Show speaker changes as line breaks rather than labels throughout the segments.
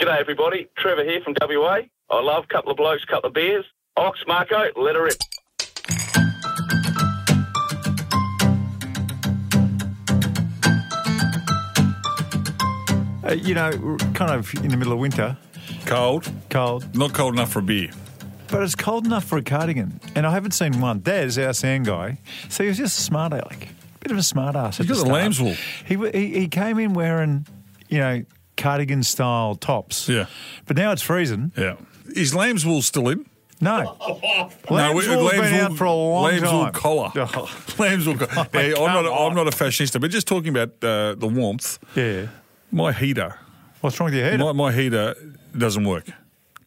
G'day, everybody. Trevor here from WA. I love couple of blokes, couple of beers. Ox, Marco, let her rip.
Uh, you know, we're kind of in the middle of winter,
Cold.
cold,
Not cold enough for a beer.
but it's cold enough for a cardigan. And I haven't seen one. Des, our sound guy, so he was just a smart aleck, bit of a smart ass.
He's got the lamb's wool.
He, w- he he came in wearing, you know, cardigan style tops.
Yeah.
But now it's freezing.
Yeah. Is lamb's wool still in?
No.
we-
lamb's wool's been
wool-
out for a long
lamb's
time.
Wool collar.
Oh.
Lamb's wool collar. Hey, I'm,
come
not,
on.
I'm not a fashionista, but just talking about uh, the warmth,
Yeah.
my heater,
What's wrong with your heater?
My, my heater doesn't work.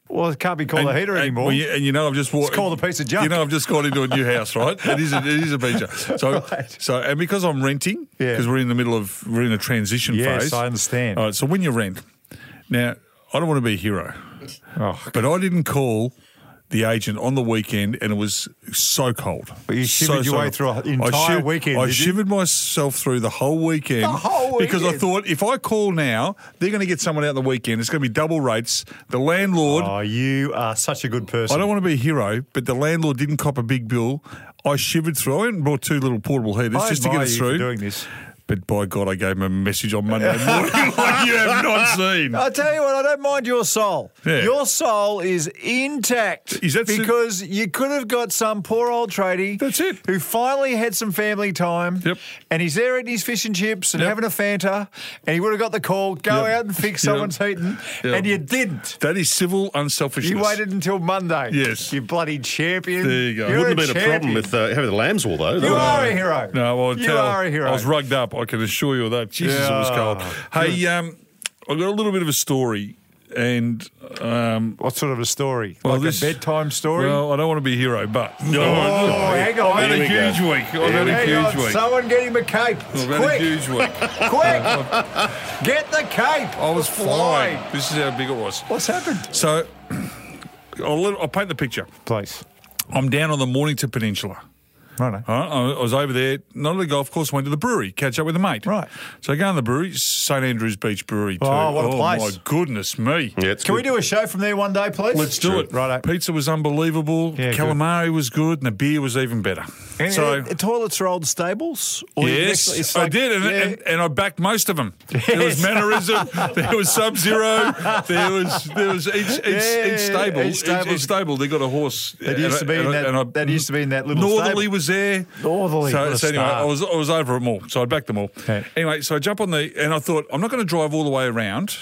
well, it can't be called
And-
a heater
and-
anymore.
well, you- and you know, I've just walked.
It's called a piece of junk.
You know, I've just got into a new house, right? It is. A, it is a feature. So,
Right.
so, and because I'm renting,
Yeah.
because we're in the middle of we're in a transition
Yes,
phase.
I understand.
All right. So when you rent, now I don't want to be a hero,
Oh,
but I didn't call. The agent on the weekend, and it was so cold.
But you
So,
shivered your
so
way
cold.
through an
I
entire
shiv-
weekend,
I
did you?
shivered myself through the whole weekend.
The whole
because I
weekend.
thought if I call now, they're going to get someone out the weekend. It's going to be double rates. The landlord
oh, you are such a good person.
I don't want to be a hero, but the landlord didn't cop a big bill. I shivered through. I went and brought two little portable heaters
I
just to get
admire
us
you for
through.
doing this.
But by God, I gave him a message on Monday morning like you have not seen.
I tell you what, I don't mind your soul.
Yeah.
Your soul is intact
Is that so-
because you could have got some poor old tradie.
That's it.
Who finally had some family time.
Yep.
And he's there eating his fish and chips and
Yep.
having a Fanta, and he would have got the call, go
Yep.
out and fix
Yep.
someous's heating,
Yep.
and you didn't.
That is civil unselfishness.
You waited until Monday.
Yes.
You bloody champion.
There you go.
You're
Wouldn't
Wouldn't have been a
champion.
problem with uh, having the lamb's wool, though.
You
That
are a hero.
No, well,
you
tell-
are a hero.
I was rugged up. I can assure you of that. Jesus, it was
Yeah.
cold. Hey, um, I got a little bit of a story, and um,
What sort of a story?
Well,
like
this-
a bedtime story?
well, I don't want to be a hero, but
Oh, hang on.
I've had a
Here we
huge week. I've had a
Hang
huge
on,
week.
Someone get him a cape.
I've had a
Quick.
huge week.
Quick! Get the cape!
Uh, I was flying. This is how big it was.
What's happened?
So I'll, let- I'll paint the picture.
Place.
I'm down on the Mornington Peninsula.
Right. eh?
All right, I I was over there, not at the golf course, went to the brewery, catch up with a mate.
Right.
So I go to the brewery, St Andrews Beach Brewery. Too.
Oh, what a place.
my goodness me.
Yeah, it's
Can we
good.
do a show from there one day, please?
Let's do it.
Right. eh?
Pizza was unbelievable.
Yeah, good.
Calamari was good, and the beer was even better. so,
toilets are old stables. Or you can
yes,
actually- it's
I
like-
did, and,
yeah.
and, and I backed most of them. There was Mannerism, there was Sub Zero, there was there was each each,
Yeah,
each stable,
each
each,
stable's-
each stable. They got a horse.
That used
And
to be
I-
in
and I-
that-
and I-
that used to be in that little
Northerly
stable.
was there.
Northerly, what
So,
a
so anyway,
star.
I was I was over them all, so I backed them all.
Okay.
Anyway, so I jump on the and I thought I'm not going to drive all the way around.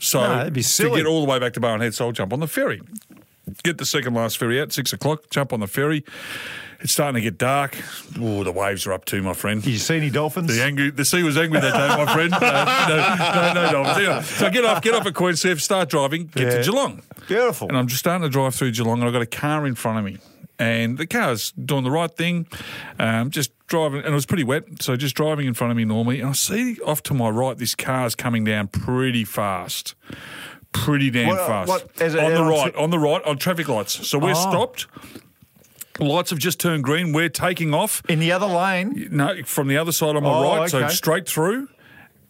So
No, that'd be
to
silly.
get all the way back to Bowen Head, so I'll jump on the ferry. Get the second last ferry out, six o'clock, jump on the ferry. It's starting to get dark. Oh, the waves are up too, my friend.
Did you see any dolphins?
The angry, the sea was angry that day, my friend. Uh, no, no, no, no. Anyway, so I get off, get off at Queen Surf, start driving, get
Yeah.
to Geelong.
Beautiful.
And I'm just starting to drive through Geelong, and I've got a car in front of me. And the car's doing the right thing, um, just driving, and it was pretty wet, so just driving in front of me normally. And I see off to my right, this car's coming down pretty fast, pretty damn
What- uh,
fast.
what- as a-
on the
on
right,
t-
on the right, on traffic lights. So we're
Oh.
stopped. Lights have just turned green. We're taking off.
In the other lane.
No, from the other side on my
Oh,
right, so
okay.
straight through.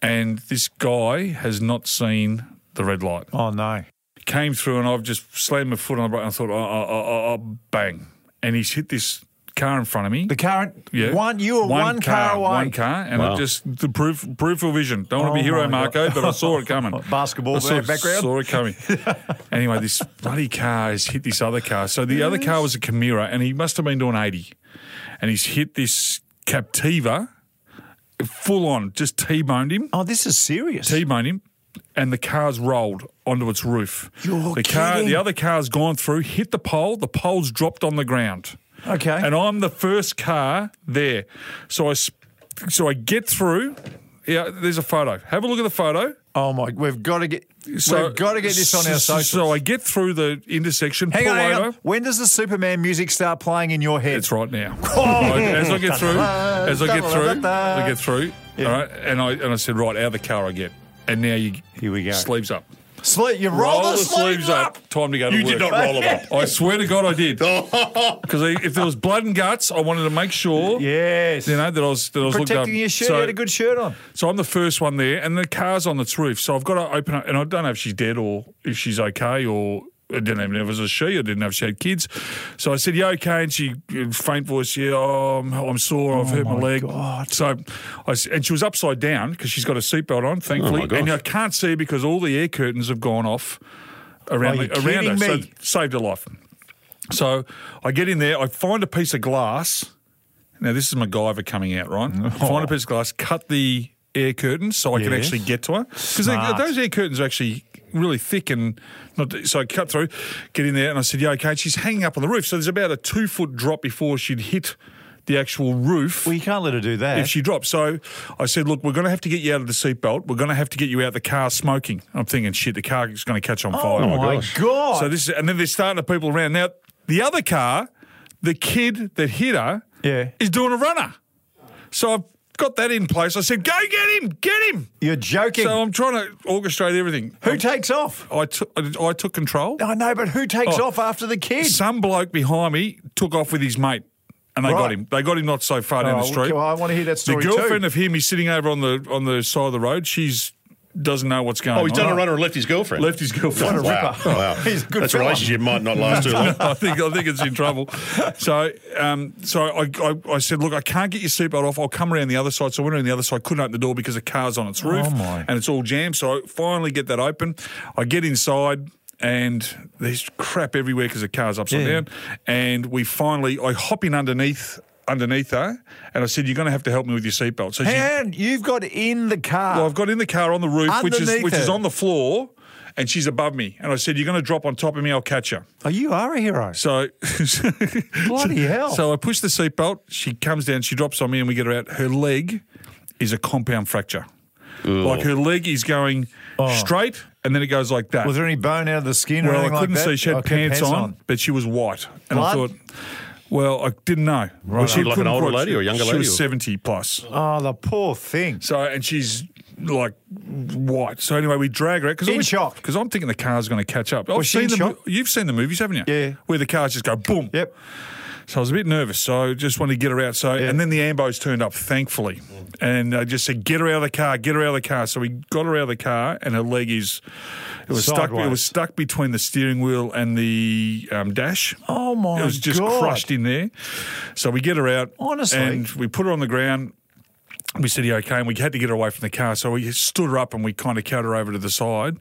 And this guy has not seen the red light.
Oh, no.
Came through, and I've just slammed my foot on the brake. And I thought, oh, oh, oh, oh, oh, bang! And he's hit this car in front of me.
The current.
Yeah.
One, you were one, car, away.
One car, and I
Wow.
just the proof, peripheral vision. Don't want to be
Oh
hero,
my
Marco,
God. Oh,
but I saw it coming.
Basketball
I saw,
background.
Saw it coming. anyway, this bloody car has hit this other car. So the other car was a Camira, and he must have been doing eighty, and he's hit this Captiva, full on, just t-boned him.
Oh, this is serious.
T-boned him, and the car's rolled onto its roof.
You're
the car,
kidding.
the other car's gone through, hit the pole. The pole's dropped on the ground.
Okay.
and I'm the first car there. So I, sp- so I get through. Yeah, there's a photo. Have a look at the photo.
oh, my. We've got to get.
So
we've got to get this on our
s-
social.
So I get through the intersection.
hang
pull
on, hang
over.
on. When does the Superman music start playing in your head?
It's right now. I- as I get through, as I get through, I get through. All right, and I and I said, right, out of the car I get, and now you
Here we go.
sleeves up.
Sleep, you roll,
the sleeves up. Time to go to
You
work.
did not roll them up.
I swear to God, I did. Because if there was blood and guts, I wanted to make sure.
Yes.
You know that I was that I was looked
Protecting
up.
your shirt.
So-
you had a good shirt on.
so I'm the first one there, and the car's on its roof. So I've got to open up, and I don't know if she's dead or if she's okay, or I didn't even know if it was a she. I didn't know if she had kids. So I said, "You okay?" And she, in faint voice, "Yeah, oh, I'm, I'm sore. I've hurt my,
my
leg."
God.
So, I s and she was upside down because she's got a seatbelt on, thankfully,
gosh.
and I can't see because all the air curtains have gone off around
Are you
the, around
kidding
her. So
me?
saved her life. So I get in there, I find a piece of glass. Now this is MacGyver coming out, right?
Mm.
Find a piece of glass, cut the air curtain so I can
Yes.
actually get to her because
Smart.
those air curtains are actually really thick and not. So I cut through, get in there, and I said, "Yeah, okay." And she's hanging up on the roof, so there's about a two foot drop before she'd hit the actual roof
Well, you can't let her do that.
if she dropped. So I said, look, we're going to have to get you out of the seatbelt. We're going to have to get you out of the car smoking. I'm thinking, shit, the car is going to catch on fire.
oh, my God.
So this, is, and then they're starting to people around. Now the other car, the kid that hit her,
Yeah.
is doing a runner. So I've got that in place. I said, go get him, get him.
You're joking.
So I'm trying to orchestrate everything.
who takes off?
I took, I I took control.
I know, but who takes
Oh.
off after the kid?
Some bloke behind me took off with his mate, and they got
Right.
him. They got him not so far down
Oh,
the street.
okay, well, I want to hear that
The
story
girlfriend
too.
of him is sitting over on the on the side of the road. She's doesn't know what's going on.
Oh, he's done a runner and left his girlfriend.
Left his girlfriend.
wow. wow.
He's a good
That's
fella.
relationship might not last too long.
I think I think it's in trouble. So um, so I, I, I said, look, I can't get your seatbelt off. I'll come around the other side. So I went around the other side. Couldn't open the door because the car's on its roof
Oh, my.
and it's all jammed. So I finally get that open. I get inside. And there's crap everywhere because the car's upside
Yeah.
down. And we finally, I hop in underneath underneath her, and I said, "You're going to have to help me with your seatbelt." So she
And you've got in the car.
Well, I've got in the car on the roof, which is
Underneath
which is
her.
on the floor, and she's above me. And I said, "You're going to drop on top of me. I'll catch her."
oh, you are a hero.
So,
Bloody hell.
So I push the seatbelt. She comes down. She drops on me, and we get her out. Her leg is a compound fracture. Like her leg is going straight, and then it goes like that.
Oh. Was there any bone out of the skin or
well, I
anything
couldn't
like that?
see. She had
Oh, okay,
pants, on, but she was white, and I
Blood?
thought. Well, I didn't know. Well,
Like an
couldn't
older
quite-
lady or a younger
She
lady
was
or-
70 plus.
Oh, the poor thing.
So and she's like white. So anyway, we drag her out because
In shock.
because I'm thinking the car's going to catch up. I've
Was she
seen
in
the
shock?
mo- you've seen the movies, haven't you?
Yeah.
Where the cars just go boom.
Yep.
So I was a bit nervous. So just wanted to get her out. So
Yeah. Mm.
and then the ambos turned up, thankfully, and I just said, "Get her out of the car! Get her out of the car!" So we got her out of the car, and her leg is it was stuck. It
Sideways.
was stuck between the steering wheel and the um, dash.
Oh, my
It was just
God.
crushed in there. So we get her out.
Honestly.
And we put her on the ground. We said, "Yeah, okay. And we had to get her away from the car. So we stood her up and we kind of carried her over to the side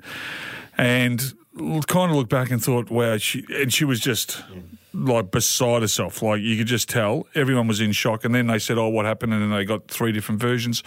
and l- kind of looked back and thought, wow, she, and she was just like beside herself. Like you could just tell everyone was in shock. And then they said, oh, what happened? And then they got three different versions.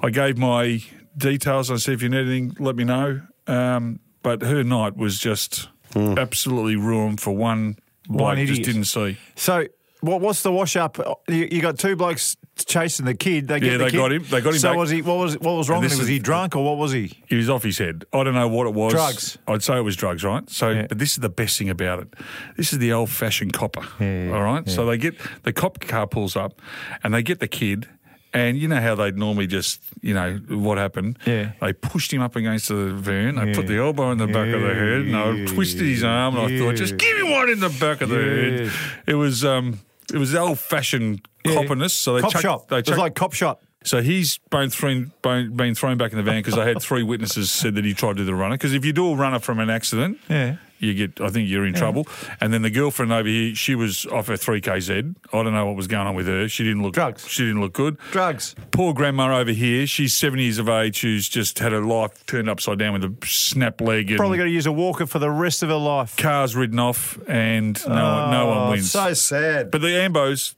I gave my details. I said, if you need anything, let me know. Um, but her night was just absolutely ruined for one.
Hmm. One
bloke just
idiot.
didn't see.
So, what, what's the wash up? You, you got two blokes chasing the kid. They get the
Yeah, they
kid.
got him. They got him
So
back.
was he? What was what was wrong?
And
with
this
him? Was
is-
he drunk or what was he?
He was off his head. I don't know what it was.
Drugs.
I'd say it was drugs, right? So,
Yeah.
but this is the best thing about it. This is the old fashioned copper.
Yeah,
all right. So they get the cop car pulls up, and they get the kid. And you know how they'd normally just, you know, what happened?
Yeah.
They pushed him up against the van. They put
Yeah.
the elbow in the back of the head, and I
Yeah.
twisted his arm. And I thought, just
Yeah.
give me one in the back of the
Yeah.
head. It was, um, it was old fashioned copperness. So they
cop
chucked-
shop.
They
it was
chucked-
like cop shop.
so he's been thrown, been, been thrown back in the van because I had three witnesses said that he tried to do the runner. Because if you do a runner from an accident,
Yeah.
you get. I think you're in trouble. And then the girlfriend over here, she was off her three kz. I don't know what was going on with her. She didn't look
Drugs.
She didn't look good.
Drugs.
Poor grandma over here. She's seventy years of age. Who's just had her life turned upside down with a snap leg and
Probably got to use a walker for the rest of her life.
cars ridden off, and no one, no one
Oh,
wins.
So sad.
but the Ambos,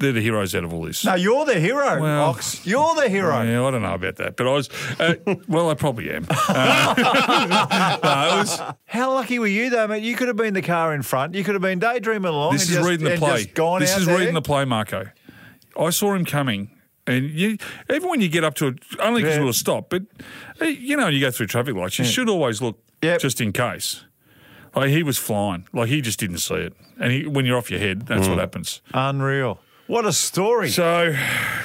they're the heroes out of all this.
no, you're the hero,
Well-
Ox. You're the hero.
Yeah, I don't know about that, but I was. Uh, well, I probably am. Uh, no, it was-
How lucky were you though, mate? You could have been the car in front. You could have been daydreaming along.
this
and
is
just,
reading the
and
play.
just gone
This
out
is
there.
reading the play, Marco. I saw him coming, and you, even when you get up to it, only because
Yeah.
we'll stop, but uh, you know, you go through traffic lights, you should always look
Yep.
just in case. Like he was flying, like he just didn't see it, and he, when you're off your head,
Mm.
that's what happens.
Unreal. What a story.
So,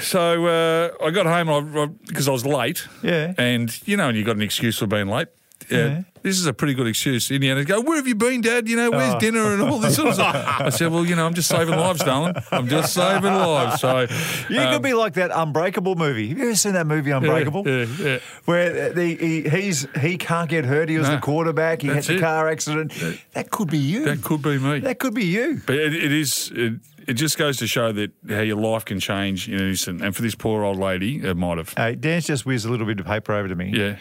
so uh, I got home because I, I, 'cause I was late.
Yeah.
And you know, and you got an excuse for being late. yeah, this is a pretty good excuse. Indiana go, where have you been, Dad? You know, where's
Oh.
dinner and all this sort of stuff. I said, well, you know, I'm just saving lives, darling. I'm just saving lives. So
You
um,
could be like that Unbreakable movie. Have you ever seen that movie Unbreakable?
yeah, yeah.
Where the, he he's he can't get hurt. He was
No.
the quarterback. He had
That's
the
it.
car accident. That could be you.
that could be me.
That could be you.
But it, it is. It, it just goes to show that how your life can change in an instant. And for this poor old lady, it might have.
Hey, Dan's just whizzed a little bit of paper over to me.
Yeah,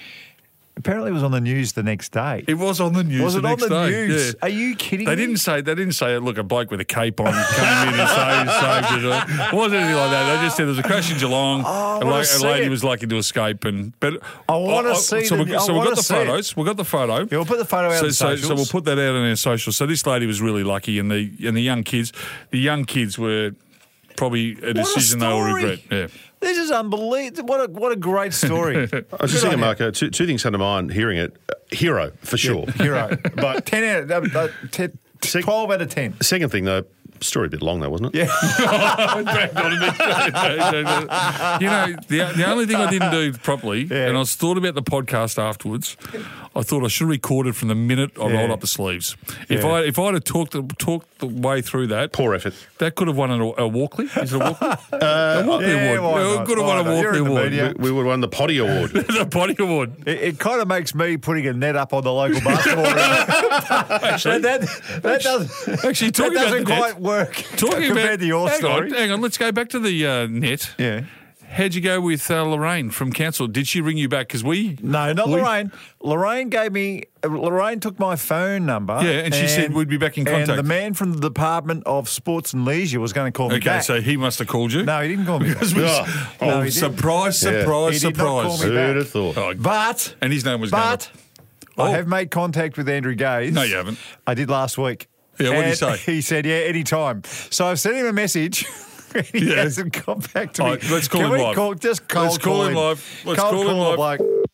Apparently, it was on the news the next day.
it was on the news.
was
the
it on
next
the
day.
news?
Yeah.
Are you kidding?
They
me?
didn't say. They didn't say. Look, a bloke with a cape on came in and saved, saved it. It wasn't anything like that. They just said there was a crash in Geelong.
Oh, I
a,
wanna
la- a
see
lady
it.
was lucky to escape, and but
I wanna see
So
the-
we,
I
so we
wanna
got the
see it.
photos. We got the photo.
Yeah, we'll put the photo out
so,
on
so, so
socials.
we'll put that out on our socials. So this lady was really lucky, and the and the young kids, the young kids were probably
What
a
a
decision they will
story.
regret. Yeah.
This is unbelievable. What a what a great story.
I was just thinking, Marco, two, two things come to mind hearing it. Uh, hero, for sure.
Hero.
But
ten out. Of, uh, uh, ten,
Sick.
Twelve out of ten.
second thing, though, story a bit long, though, wasn't it? Yeah.
you know, the, the only thing I didn't do properly, and I was thought about the podcast afterwards. I thought I should have recorded from the minute I rolled up the sleeves. If I if I'd have talked the, talked the way through that,
Poor effort.
that could have won an, a Walkley. Is it a Walkley? a Walkley
Uh, yeah, why
award.
not?
It could have
Why
won
not?
a
You're
Walkley
in the
award.
media.
We, we would have won the potty award.
the body award.
It, it kind of makes me putting a net up on the local basketball. round.
Actually,
that, that, that doesn't,
actually,
that
talking about the
doesn't
net,
quite work
talking
compared
about
to your
hang
story.
On, hang on, let's go back to the uh, net.
Yeah.
How'd you go with uh, Lorraine from council? Did she ring you back? Because we
No, not
we-
Lorraine. Lorraine gave me. Lorraine took my phone number.
Yeah, and she said we'd be back in
And
contact.
the man from the Department of Sports and Leisure was going to call me
Okay,
back.
so he must have called you.
no, he didn't call me. back.
Because we-
Oh.
oh,
No, he didn't.
surprise,
Yeah.
surprise,
He did not call
surprise.
me back.
Who'd have thought?
Oh,
But
and his name was
but I
Oh.
have made contact with Andrew Gaze.
No, you haven't.
I did last week.
Yeah, what'd he
And
say?
He said, "Yeah, anytime." So I've sent him a message. and he
Yeah.
hasn't come back to me.
All right, let's call
Can
him
we
live.
Call, just cold
Let's call him live. Let's
cold
call him
call
live.
bloke.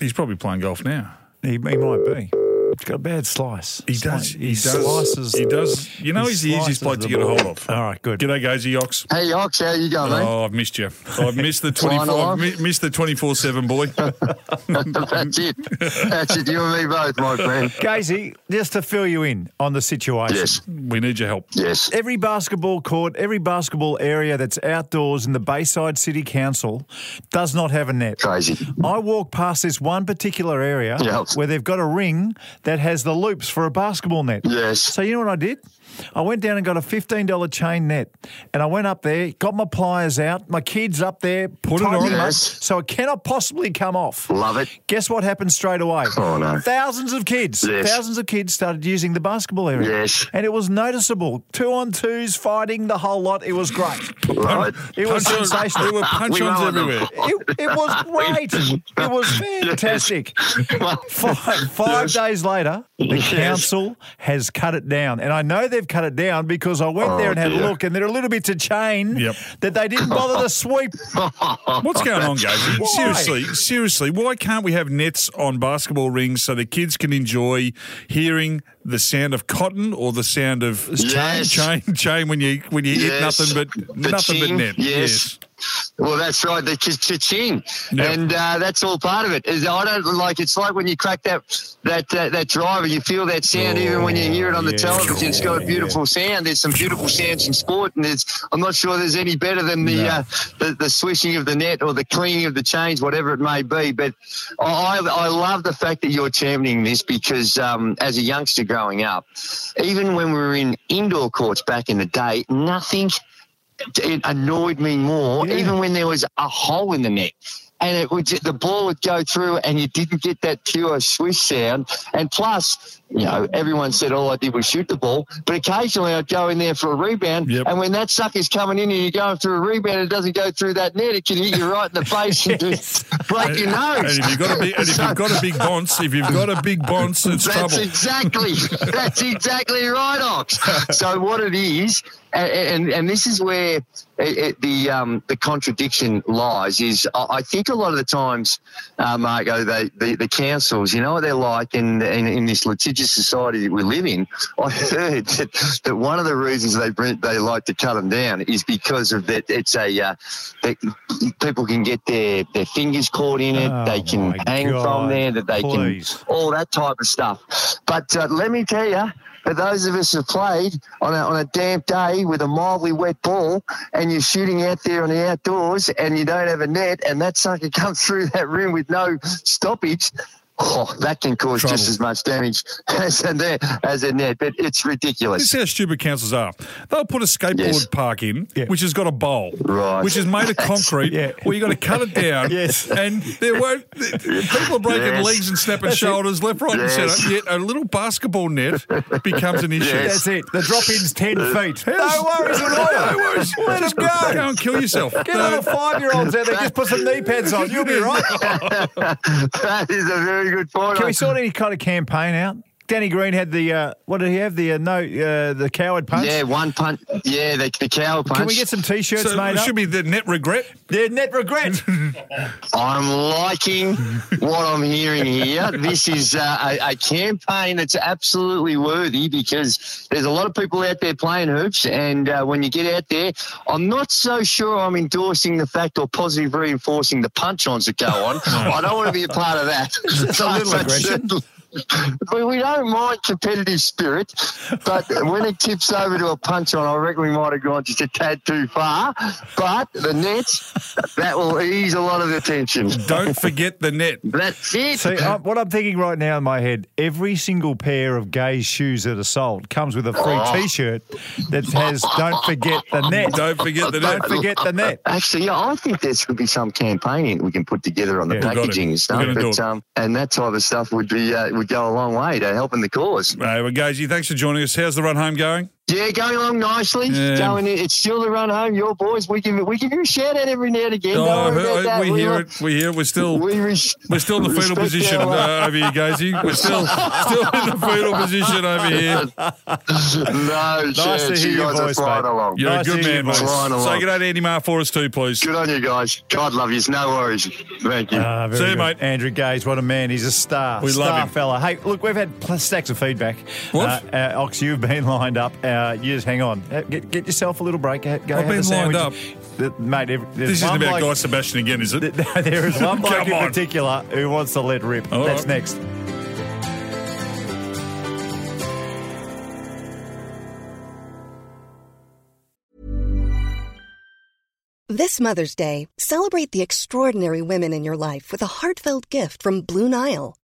He's probably playing golf now.
He, he might be. He's got a bad slice.
He
Slice.
does.
He,
He does.
slices.
He does. You know, he's the
slices
easiest bloke
the
to get a
ball.
hold of.
All right, good.
G'day, Gazy Ox.
Hey, Hawks, how you going, mate?
Oh, I've missed you. I've missed the
Flying
twenty-four. I've
along.
mi- missed the twenty-four-seven boy.
That's it. That's it. You and me both, my friend.
Gazy, just to fill you in on the situation.
Yes,
we need your help.
yes.
Every basketball court, every basketball area that's outdoors in the Bayside City Council does not have a net.
Crazy.
I walk past this one particular area
Yeah.
where they've got a ring that has the loops for a basketball net.
Yes.
So you know what I did? I went down and got a fifteen dollar chain net, and I went up there, got my pliers out, my kids up there, put
it on.
Yes.
so it cannot possibly come off.
Love it.
Guess what happened straight away?
Oh, no.
Thousands of kids,
Yes.
thousands of kids started using the basketball area.
Yes.
And it was noticeable. Two on twos fighting the whole lot. It was great.
Right.
It was
Punch-ons.
sensational.
There were punch-ons
We won.
everywhere.
It, it was great. It was fantastic. Five, five days later, the
Yes.
council has cut it down. And I know they've cut it down because I went
Oh,
there and had
dear.
a look, and there are little bits of chain
Yep.
that they didn't bother to sweep.
What's going on, Gazy?
Why?
Seriously, seriously, why can't we have nets on basketball rings so the kids can enjoy hearing the sound of cotton or the sound of
Yes.
chain, chain, chain when you when you hit
Yes.
nothing but
The
nothing but
ching,
net?
yes. Well, that's right. The ch- cha-ching,
Yeah.
and uh, that's all part of it. Is I don't like. It's like when you crack that that uh, that driver, you feel that sound even when you hear it on the television. It's got a beautiful sound. There's some beautiful sounds in sport, and there's I'm not sure there's any better than the uh, the, the swishing of the net or the clinging of the chains, whatever it may be. But I I love the fact that you're championing this because um, as a youngster growing up, even when we were in indoor courts back in the day, nothing it annoyed me more, even when there was a hole in the net. And it would the ball would go through, and you didn't get that pure swish sound. And plus, you know, everyone said all I did was shoot the ball, but occasionally I'd go in there for a rebound.
Yep.
And when that sucker's coming in and you're going through a rebound, it doesn't go through that net; it can hit you right in the face and just break your
And
nose.
if you've got a big, and if you've got a big bonce, if you've got a big bonce, it's
That's
trouble.
exactly that's exactly right, Ox. So what it is, and and, and this is where it, it, the um, the contradiction lies. Is I I think a lot of the times, uh, Marco, they, the, the councils, you know what they're like in, in, in this litigious society that we live in. I heard that, that one of the reasons they bring, they like to cut them down is because of that it's a uh, that people can get their, their fingers caught in it,
Oh,
they can
my
hang from
God.
there, that they
Please.
can all that type of stuff. But uh, let me tell you, for those of us who played on a, on a damp day with a mildly wet ball, and you're shooting out there on the outdoors, and you don't have a net, and that sucker comes through that rim with no stoppage. Oh, that can cause
Trouble.
just as much damage as a net, as a net but it's
This
ridiculous.
is how stupid councils are. They'll put a skateboard
Yes.
park in,
Yeah.
which has got a bowl,
Right.
which is made of concrete,
Yeah.
where you got to cut it down.
Yes.
And there won't, people are breaking
Yes.
legs and snapping shoulders left, right, and
Yes.
centre. Yet a little basketball net becomes an issue.
Yes.
That's it. The drop in's 10 feet. No worries at all.
No worries.
Let
Just
him go.
and kill yourself.
Get a lot of five year olds out there. Just put some knee pads on. You'll be right.
That is a very good point.
Can
I-
we sort any kind of campaign out? Danny Green had the uh, what did he have the uh, no uh, the coward punch?
yeah, one punch. Yeah, the, the cow punch.
Can we get some t-shirts
So
made
it
up?
should be the net regret.
They're net regret.
I'm liking what I'm hearing here. This is uh, a, a campaign that's absolutely worthy because there's a lot of people out there playing hoops, and uh, when you get out there, I'm not so sure I'm endorsing the fact or positive reinforcing the punch-ons that go on. I don't want to be a part of that. It's
a little aggression.
But we don't mind competitive spirit, but when it tips over to a punch on, I reckon we might have gone just a tad too far. But the nets, that will ease a lot of the tension.
Don't forget the net.
That's it.
See, i
uh,
what I'm thinking right now in my head, every single pair of gay shoes that are sold comes with a free T-shirt that has "Don't forget the net."
Don't forget the net.
Don't forget the net.
Actually, yeah, I think there should be some campaigning that we can put together on the
Yeah,
we got it.
packaging
We're
and stuff,
gonna do
but,
it.
um, and that type of stuff would be uh, would go a long way to helping the cause.
Right, well, Gazy, thanks for joining us. How's the run home going?
Yeah, going along nicely.
Yeah.
Going, in- it's still the run home. Your boys, we give we give you a shout out every now and again. Don't
Oh,
worry about that.
we hear
will-
it. We hear it. We're still.
We res-
We're still in the fetal
respect
position
our, uh,
uh, over here, Gazy. We're still still in the fetal position over here.
no,
Nice
chance.
to hear
you
your
guys
voice,
are flying
mate.
along.
You're
Nice
a
to
good
hear
man,
your
mate.
voice.
Flying along.
Say good day to Andy Mar for us too, please.
Good on you guys. God love you. No worries. Thank you.
Ah, very
See you,
good.
mate.
Andrew Gage, what a man. He's a star.
We love
star
him.
fella. Hey, look, we've had pl- stacks of feedback.
What?
Uh, uh, Ox, you've been lined up. Uh, you just hang on. Uh, Get, get yourself a little break. Ha- Go
I've
have
been
a
lined
sandwich.
up.
Th- mate, every,
This
there's
isn't
one
about
bloke-
Guy Sebastian again, is it?
There is one bloke
Come
in
on.
particular who wants to let rip.
All
That's
right.
next.
This Mother's Day, celebrate the extraordinary women in your life with a heartfelt gift from Blue Nile.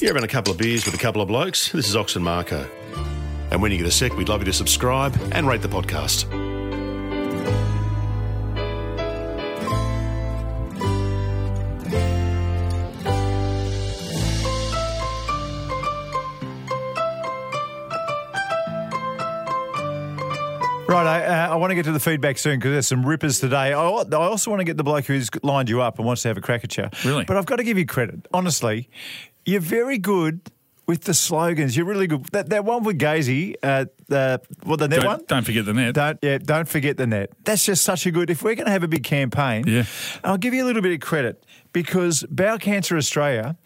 You're having a couple of beers with a couple of blokes. This is Ox and Marco. And when you get a sec, we'd love you to subscribe and rate the podcast.
Right, I, uh, I want to get to the feedback soon because there's some rippers today. I, al- I also want to get the bloke who's lined you up and wants to have a crack at you.
Really?
But I've got to give you credit. Honestly, you're very good with the slogans. You're really good. That, that one with Gazy, uh, the, what, the net one?
Don't, don't forget the net.
Don't yeah, don't forget the net. That's just such a good. If we're going to have a big campaign,
Yeah.
I'll give you a little bit of credit because Bowel Cancer Australia,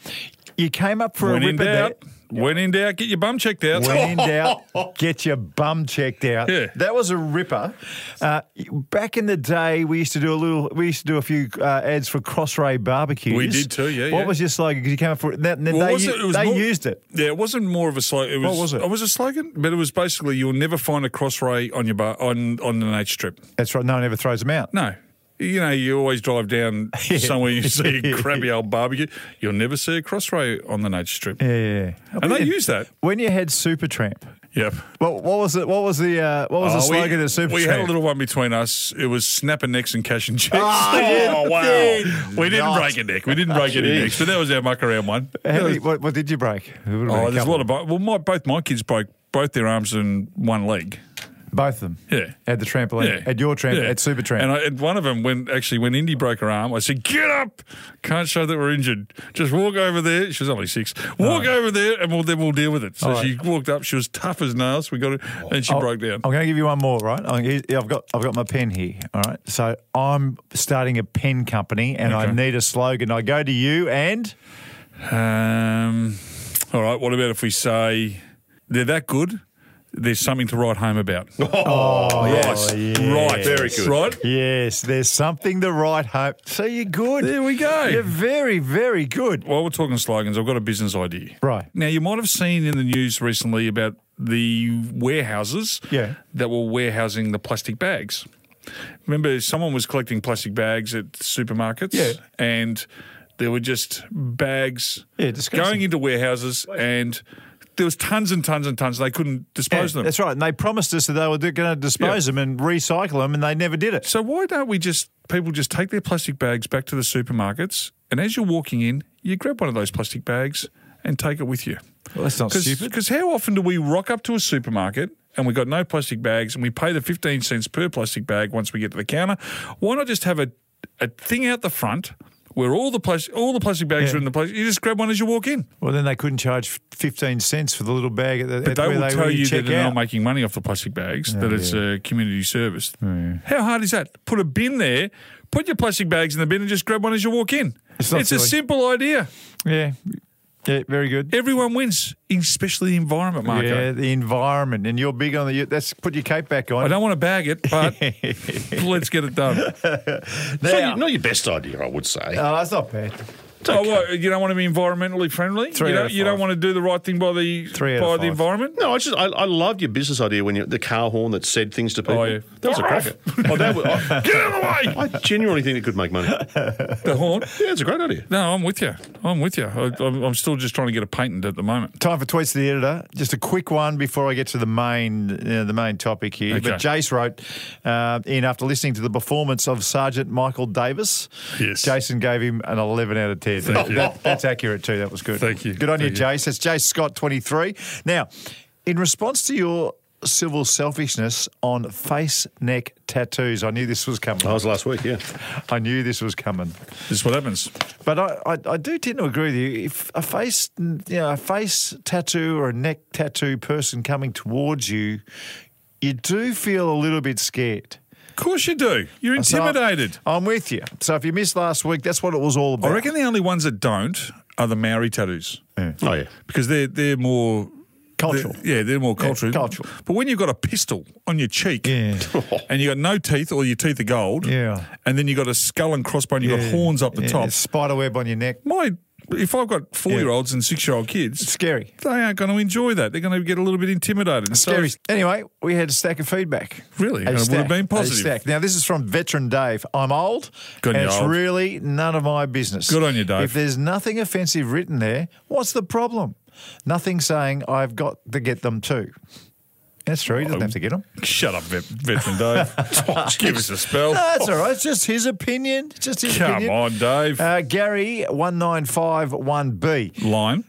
you came up for
When
a
in
ripper there.
doubt, When in doubt, get your bum checked out.
When in doubt, get your bum checked out.
Yeah.
That was a ripper. Uh, back in the day, we used to do a little. We used to do a few uh, ads for Crossray barbecues.
We did too, yeah,
What
yeah.
was your slogan? Because you came up for that, and then
Well,
they,
was
u-
it- it was
they
more-
used it.
Yeah, it wasn't more of a slogan. It was,
What was it?
It was a slogan, but it was basically you'll never find a crossray on your bar on on an H strip.
That's right. No one ever throws them out.
No. You know, you always drive down somewhere you see a crappy old barbecue. You'll never see a crossray on the nature strip.
Yeah, yeah.
And they use that.
When you had Supertramp.
Yep.
Well, what was it? What was the uh, what was the
Oh, we-
slogan of Supertramp?
We had a little one between us. It was snapping necks and cashing checks.
Oh, you did
We didn't
not.
break a neck. We didn't break any necks, but that was our muck around one.
How many- what, what did you break? It would've been
Oh, there's a
couple.
lot of. bo- Well, my, both my kids broke both their arms and one leg.
both of them.
Yeah.
At the trampoline. At your trampoline.
Yeah.
At Supertramp.
And, I, and one of them, when actually when Indy broke her arm, I said, "Get up! Can't show that we're injured. Just walk over there." She was only six. Walk over there, and we'll then we'll deal with it. So
Oh. All right. Oh.
she walked up. She was tough as nails. We got it, and she
I'll-
broke down.
I'm going to give you one more, right? I'm- here- I've got I've got my pen here. All right, so I'm starting a pen company, and I
Okay.
need a slogan. I go to you, and
Um, all right. What about if we say they're that good? There's something to write home about.
oh,
Right, right,
Very good.
Right.
yes, there's something to write home. So you're good.
There we go.
You're very very good.
While we're talking slogans, I've got a business idea.
Right.
Now, you might have seen in the news recently about the warehouses
Yeah.
that were warehousing the plastic bags. Remember, someone was collecting plastic bags at supermarkets,
Yeah.
and there were just bags
Yeah, disgusting.
going into warehouses, and there was tons and tons and tons. They couldn't
Yeah,
dispose of them.
that's right. And they promised us that they were going to dispose them and recycle them, and they never did it.
So why don't we just people just take their plastic bags back to the supermarkets, and as you're walking in, you grab one of those plastic bags and take it with you.
Well, that's not stupid.
Because how often do we rock up to a supermarket and we got no plastic bags and we pay the 15 cents per plastic bag once we get to the counter? Why not just have a, a thing out the front where all the plastic all the plastic bags
Yeah.
are in the place? You just grab one as you walk in.
Well, then they couldn't charge 15 cents for the little bag at the
But
at
they
where
will
they,
tell
where
you that
check
they're
out.
not making money off the plastic bags, that it's a community service. How hard is that? Put a bin there, put your plastic bags in the bin and just grab one as you walk in.
It's
It's,
not
a
silly.
simple idea.
yeah, yeah, very good.
Everyone wins, especially the environment, Marco.
Yeah, the environment, and you're big on the. That's put your cape back on.
I don't want to bag it, but let's get it done.
It's not, your, not your best idea, I would say.
Oh, that's not bad.
Oh, what, you don't want to be environmentally friendly?
Three
you
out
don't,
of
you
five.
don't want to do the right thing by the
Three out
by
of
the
five.
environment?
no, I just I, I loved your business idea when you the car horn that said things to people.
Oh, yeah.
That was a cracker. oh, that was, I,
Get out of the way!
I genuinely think it could make money. Yeah,
the horn.
it's a great idea.
No, I'm with you. I'm with you. I, I'm I'm still just trying to get a patent at the moment.
Time for tweets to the editor. Just a quick one before I get to the main uh, the main topic here.
Okay.
But Jace wrote uh, in after listening to the performance of Sergeant Michael Davis.
Yes.
Jason gave him an 11 out of 10. That-
you.
that- that's accurate too. That was good.
Thank you.
Good on
Thank
you,
you.
Jace. That's Jace Scott 23. Now, in response to your civil selfishness on face neck tattoos, I knew this was coming.
Oh.
That was last week, yeah.
I knew this was coming.
This is what happens.
But I, I, I do tend to agree with you. If a face, you know, a face tattoo or a neck tattoo person coming towards you, you do feel a little bit scared.
Of course you do. You're
So I-
intimidated.
I'm with you. So if you missed last week, that's what it was all about.
I reckon the only ones that don't are the Maori tattoos
Oh, yeah.
because they're they're more
Cultural.
they're- yeah, they're more cultural.
cultural.
But when you've got a pistol on your cheek,
Yeah.
and you got no teeth or your teeth are gold,
Yeah.
and then you got a skull and crossbone, you have got horns up the
Yeah,
top.
Spider web on your neck.
My, if I've got four year olds and six year old kids,
Scary.
they aren't going to enjoy that. They're going to get a little bit intimidated. And so-
Scary. anyway, we had a stack of feedback.
Really?
A
And it would have
stack,
been
a
positive.
stack. Now, this is from Veteran Dave. I'm old,
Good on
and
you,
it's
old.
really none of my business.
Good on you, Dave.
If there's nothing offensive written there, what's the problem? Nothing saying I've got to get them too. That's true. He doesn't have to get them.
Shut up, vet, veteran Dave. Give us a spell.
No, that's all right. It's just his opinion. It's just his
Oh. Come
opinion.
on, Dave.
Uh, Gary 1951B.
Lime.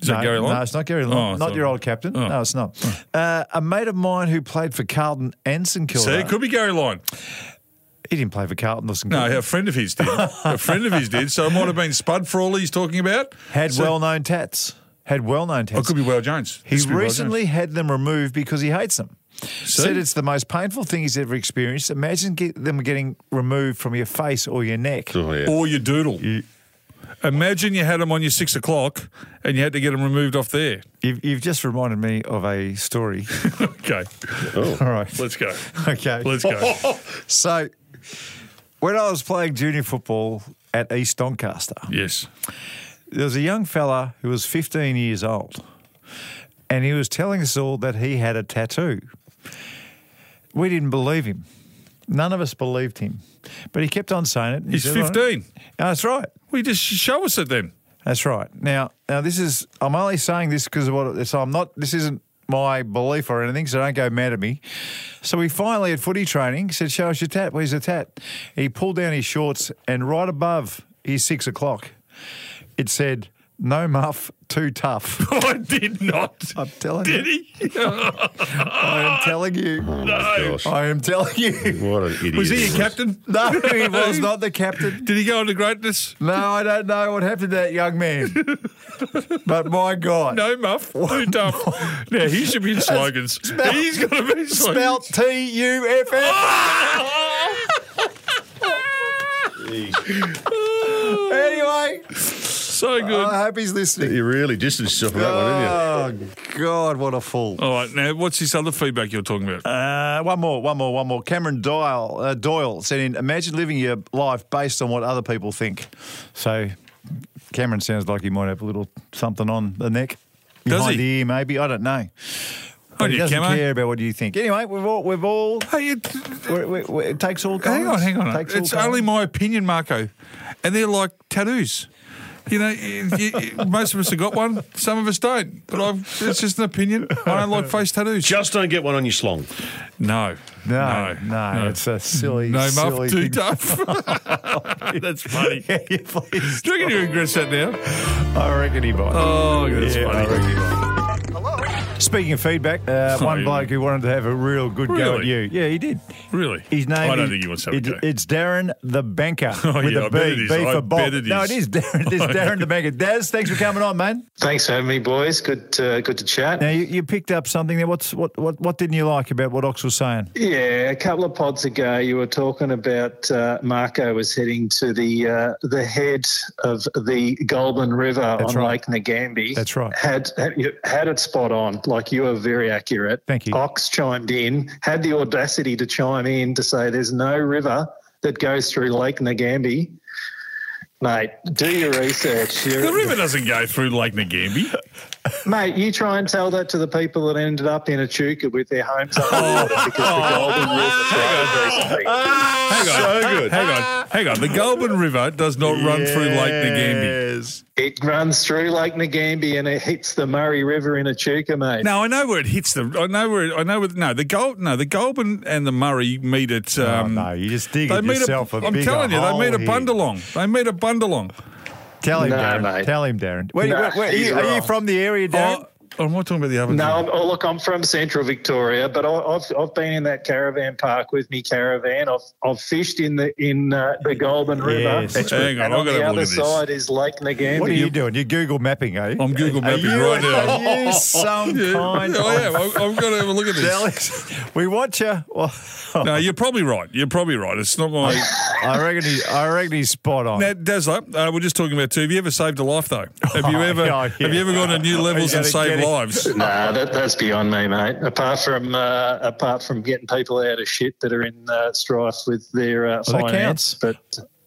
Is
no,
that Gary Lime?
No, it's not Gary
Oh, I
Long. not
thought-
your old captain.
Oh.
No, it's not. Uh, a mate of mine who played for Carlton and St Kilda.
See, it could be Gary Lyon.
He didn't play for Carlton or St
No,
Kilda.
a friend of his did. a friend of his did. So it might have been Spud Frawley he's talking about.
had
So-
well known tats. Had well known tats.
Oh, it could be Well Jones.
he
This could be Well
recently had them removed because he hates them. Said it's the most painful thing he's ever experienced. Imagine get them getting removed from your face or your neck.
Oh, yeah.
Jones. or your doodle. Imagine you had them on your six o'clock and you had to get them removed off there.
You've, you've just reminded me of a story.
okay.
All right.
Oh. Let's go.
Okay.
Let's go.
So, when I was playing junior football at East Doncaster,
yes.
there was a young fella who was 15 years old, and he was telling us all that he had a tattoo. We didn't believe him. None of us believed him, but he kept on saying it. He
He's
said, "Oh,
15.
That's right.
We just show us it then.
That's right. Now, now this is. I'm only saying this because of what. So I'm not. This isn't my belief or anything. So don't go mad at me. So we finally at footy training said, "Show us your tat. Where's the tat?" He pulled down his shorts and right above his six o'clock, it said, "No muff, too tough."
I did not.
I'm telling
Did
you.
he?
I am telling you.
No.
Oh, Gosh,
I am telling you.
what an idiot.
Was he your captain?
No, he was not the captain.
Did he go into greatness?
No, I don't know what happened to that young man. But my God.
No muff. Too tough. now he should be in slogans. He's got to be in
Spelt
slogans.
T U F F. Anyway,
so good.
I hope he's listening.
You really distanced yourself from that one, didn't you?
Oh God, what a fool!
All right. Now, what's this other feedback you're talking about?
Uh, one more, one more, one more. Cameron Doyle, uh, Doyle said, in, "Imagine living your life based on what other people think." So, Cameron sounds like he might have a little something on the neck,
Does
behind
he?
the ear, maybe. I don't know. But he
you,
doesn't
Camo.
care about what you think. Anyway, we've all, we've all,
Hey, it,
we we we- it takes all.
hang on,
kinds.
hang on.
Takes all
It's only
kinds.
my opinion, Marco, and they're like tattoos. You know, you- you- most of us have got one. Some of us don't. But I've, it's just an opinion. I don't like face tattoos.
Just don't get one on your slong.
No,
No, no, it's a silly,
no
silly
muff too
thing.
tough. That's funny.
Yeah, yeah, please.
Do you reckon you regret that now?
I reckon he might.
Oh, that's
Yeah, I
funny.
reckon he might. Speaking of feedback, uh,
Oh,
one
yeah.
bloke who wanted to have a real good go at
Really?
you. Yeah, he did.
Really?
His name.
I don't
is,
think he wants to have a
it-
go.
It's Darren the Banker
Oh,
with
yeah,
a
I
B.
bet it is.
B
I
for
bet
Bob.
it
No,
is.
it is Darren. It's Darren the Banker. Daz, thanks for coming on, man.
Thanks for having me, boys. Good, uh, good to chat.
Now you, you picked up something there. What's what, what what didn't you like about what Ox was saying?
Yeah, a couple of pods ago, you were talking about uh, Marco was heading to the uh, the head of the Goulburn River
That's
on
right.
Lake Ngambie.
That's right.
Had, had you had it spot on. Like you were very accurate.
Thank you.
Ox chimed in, had the audacity to chime in to say, "There's no river that goes through Lake Ngambie." Mate, do your research. You're-
The river doesn't go through Lake Ngambie.
Mate, you try and tell that to the people that ended up in Echuca with their homes
Oh.
underwater because the
Oh.
Golden River flooded recently.
Hang on, so good. Hang on, hang on. The Goulburn River does not run through Lake Ngambie.
It runs through Lake Ngambie and it hits the Murray River in Echuca, mate.
Now I know where it hits the. I know where. It, I know where. No, the Gold. No, the Goulburn and the Murray meet at. Um,
Oh, no, you just dig
they
it
meet
yourself
A,
a
I'm
bigger
telling you, they
hole
meet a
here.
bundalong. They meet a bundalong.
Tell him,
No,
Darren.
mate.
Tell him, Darren. Where,
No,
where- where- are,
he's
you, are you
wrong.
from the area, Darren?
Oh, I'm not talking about the other.
No,
thing.
I'm, oh, look, I'm from central Victoria, but I, I've, I've been in that caravan park with me caravan. I've, I've fished in the in uh, the Golden River.
Yes.
Hang on,
And
I've
on
got to
the
have a look
other
at this.
side is Lake Ngambie.
what are you doing? You're Google mapping, are you?
I'm Google
Are
mapping
you,
right now.
are you some
Yeah,
kind
I
of
am. I've, I've got to have a look at this.
Alex, we watch you. Well,
No, you're probably right. You're probably right. It's not my.
I reckon he, I reckon he's spot on.
Now, Dazzler, uh, we're just talking about two. Have you ever saved a life though? Have you
Oh,
ever?
yeah.
Have you ever gone to new levels and
You gotta get
saved
it.
lives?
Nah, that, that's beyond me, mate. Apart from uh, apart from getting people out of shit that are in uh, strife with their uh,
Well, that
finance, but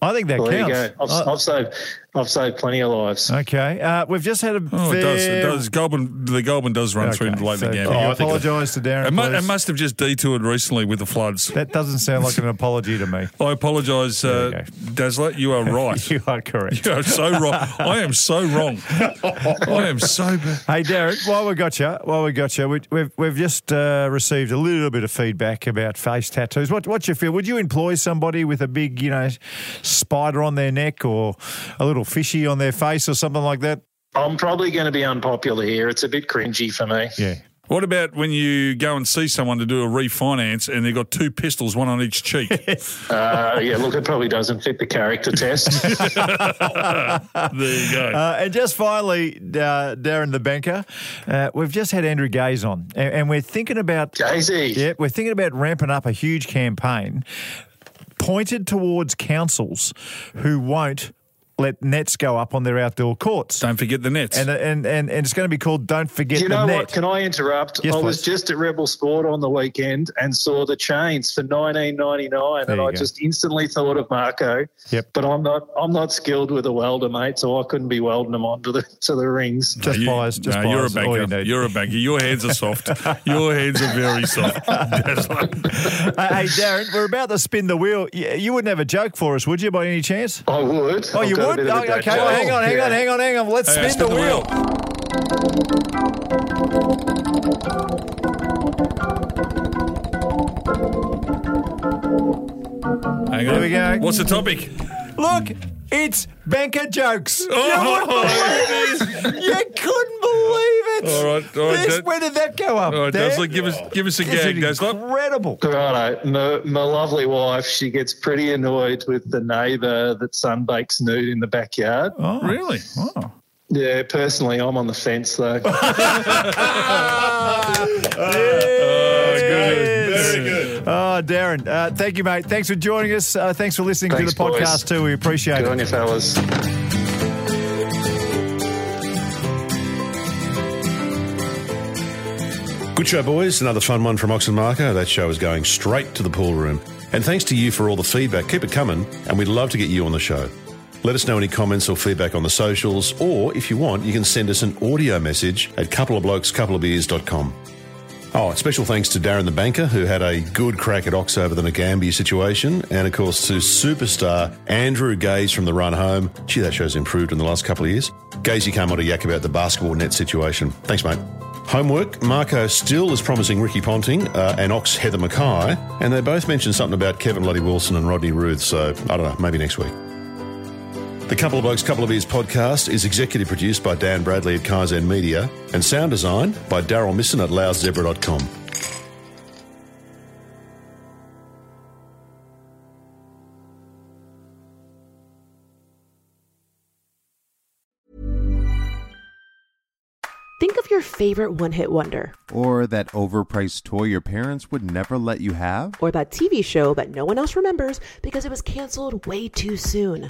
I think that
well, there you
counts.
go. I've, I've saved I've saved plenty of lives.
Uh, okay, uh, we've just had a
Oh, it
fair.
does. It does. Goulburn, the Goulburn does run through
Okay,
Lake
so
Ngambie.
can you
I think
apologise to Darren.
Oh, It, mu- it
please?
must have just detoured recently with the floods.
that doesn't sound like an apology to me.
I apologise,
There you
uh, Dazzler. You are right.
You are correct.
you are so wrong. I am so wrong. I am so bad.
Hey, Darren, while we got you, while we got you, we, we've, we've just uh, received a little bit of feedback about face tattoos. What, what's your feel? Would you employ somebody with a big, you know, spider on their neck or a little fishy on their face or something like that?
I'm probably going to be unpopular here. It's a bit cringy for me.
Yeah.
What about when you go and see someone to do a refinance and they've got two pistols, one on each cheek?
Uh, yeah, look, it probably doesn't fit the character test.
there you go.
Uh, and just finally, uh, Darren the banker, uh, we've just had Andrew Gaze on, and, and we're thinking about
Daisy.
yeah, we're thinking about ramping up a huge campaign pointed towards councils who won't let nets go up on their outdoor courts.
Don't forget the nets.
And, uh, and, and, and it's going to be called Don't Forget
Do you
the
know
Net.
what? Can I interrupt?
Yes,
I was
please.
just at Rebel Sport on the weekend and saw the chains for 19.99,
There
and
you go.
I just instantly thought of Marco.
Yep.
But I'm not. I'm not skilled with a welder, mate, so I couldn't be welding them onto the to the rings.
Just
You-
buy us. Just
no,
buy
you're a
us. all you
banker.
need.
You are a banker. Your hands are soft. Your hands are very soft. Dazzler.
Uh, hey, Darren, we're about to spin the wheel. You, you wouldn't have a joke for us, would you, by any chance?
I would.
Oh,
I've
you would?
got a bit
Oh,
of a
okay, well,
dad joke.
hang on, hang
Yeah.
on, hang on, hang on. Let's
Hang on,
spin, the, wheel.
Hang
There
on.
we go.
What's the topic?
Look, it's banker jokes.
Oh, it is.
you couldn't believe it.
All right, all right,
This-
that-
where did that go up?
All right,
Dan?
Dazzler, Oh, give us give us a
It's
gag, Dazzler.
incredible.
Righto. My, my lovely wife, she gets pretty annoyed with the neighbour that sunbakes nude in the backyard.
Oh,
Really?
Oh.
Yeah, personally, I'm on the fence though.
Very
good. Oh, Darren, uh, thank you, mate. Thanks for joining us. Uh, thanks for listening
Thanks,
to the podcast,
boys.
too. We appreciate
Good
it.
on you, fellas.
Good show, boys. Another fun one from Ox and Marco. That show is going straight to the pool room. And thanks to you for all the feedback. Keep it coming, and we'd love to get you on the show. Let us know any comments or feedback on the socials, or if you want, you can send us an audio message at coupleofblokescoupleofbeers.com. Oh, and special thanks to Darren the Banker, who had a good crack at Ox over the McGambia situation, and of course to superstar Andrew Gaze from the run home. Gee, that show's improved in the last couple of years. Gazy came on to yak about the basketball net situation. Thanks, mate. Homework Marco still is promising Ricky Ponting uh, and Ox Heather Mackay, and they both mentioned something about Kevin Bloody Wilson and Rodney Ruth, so I don't know, maybe next week. The Couple of Blokes, Couple of Beers podcast is executive produced by Dan Bradley at Kaizen Media and sound design by Daryl Misson at loudzebra.com.
Think of your favorite one hit wonder
Or that overpriced toy your parents would never let you have?
or that TV show that no one else remembers because it was canceled way too soon.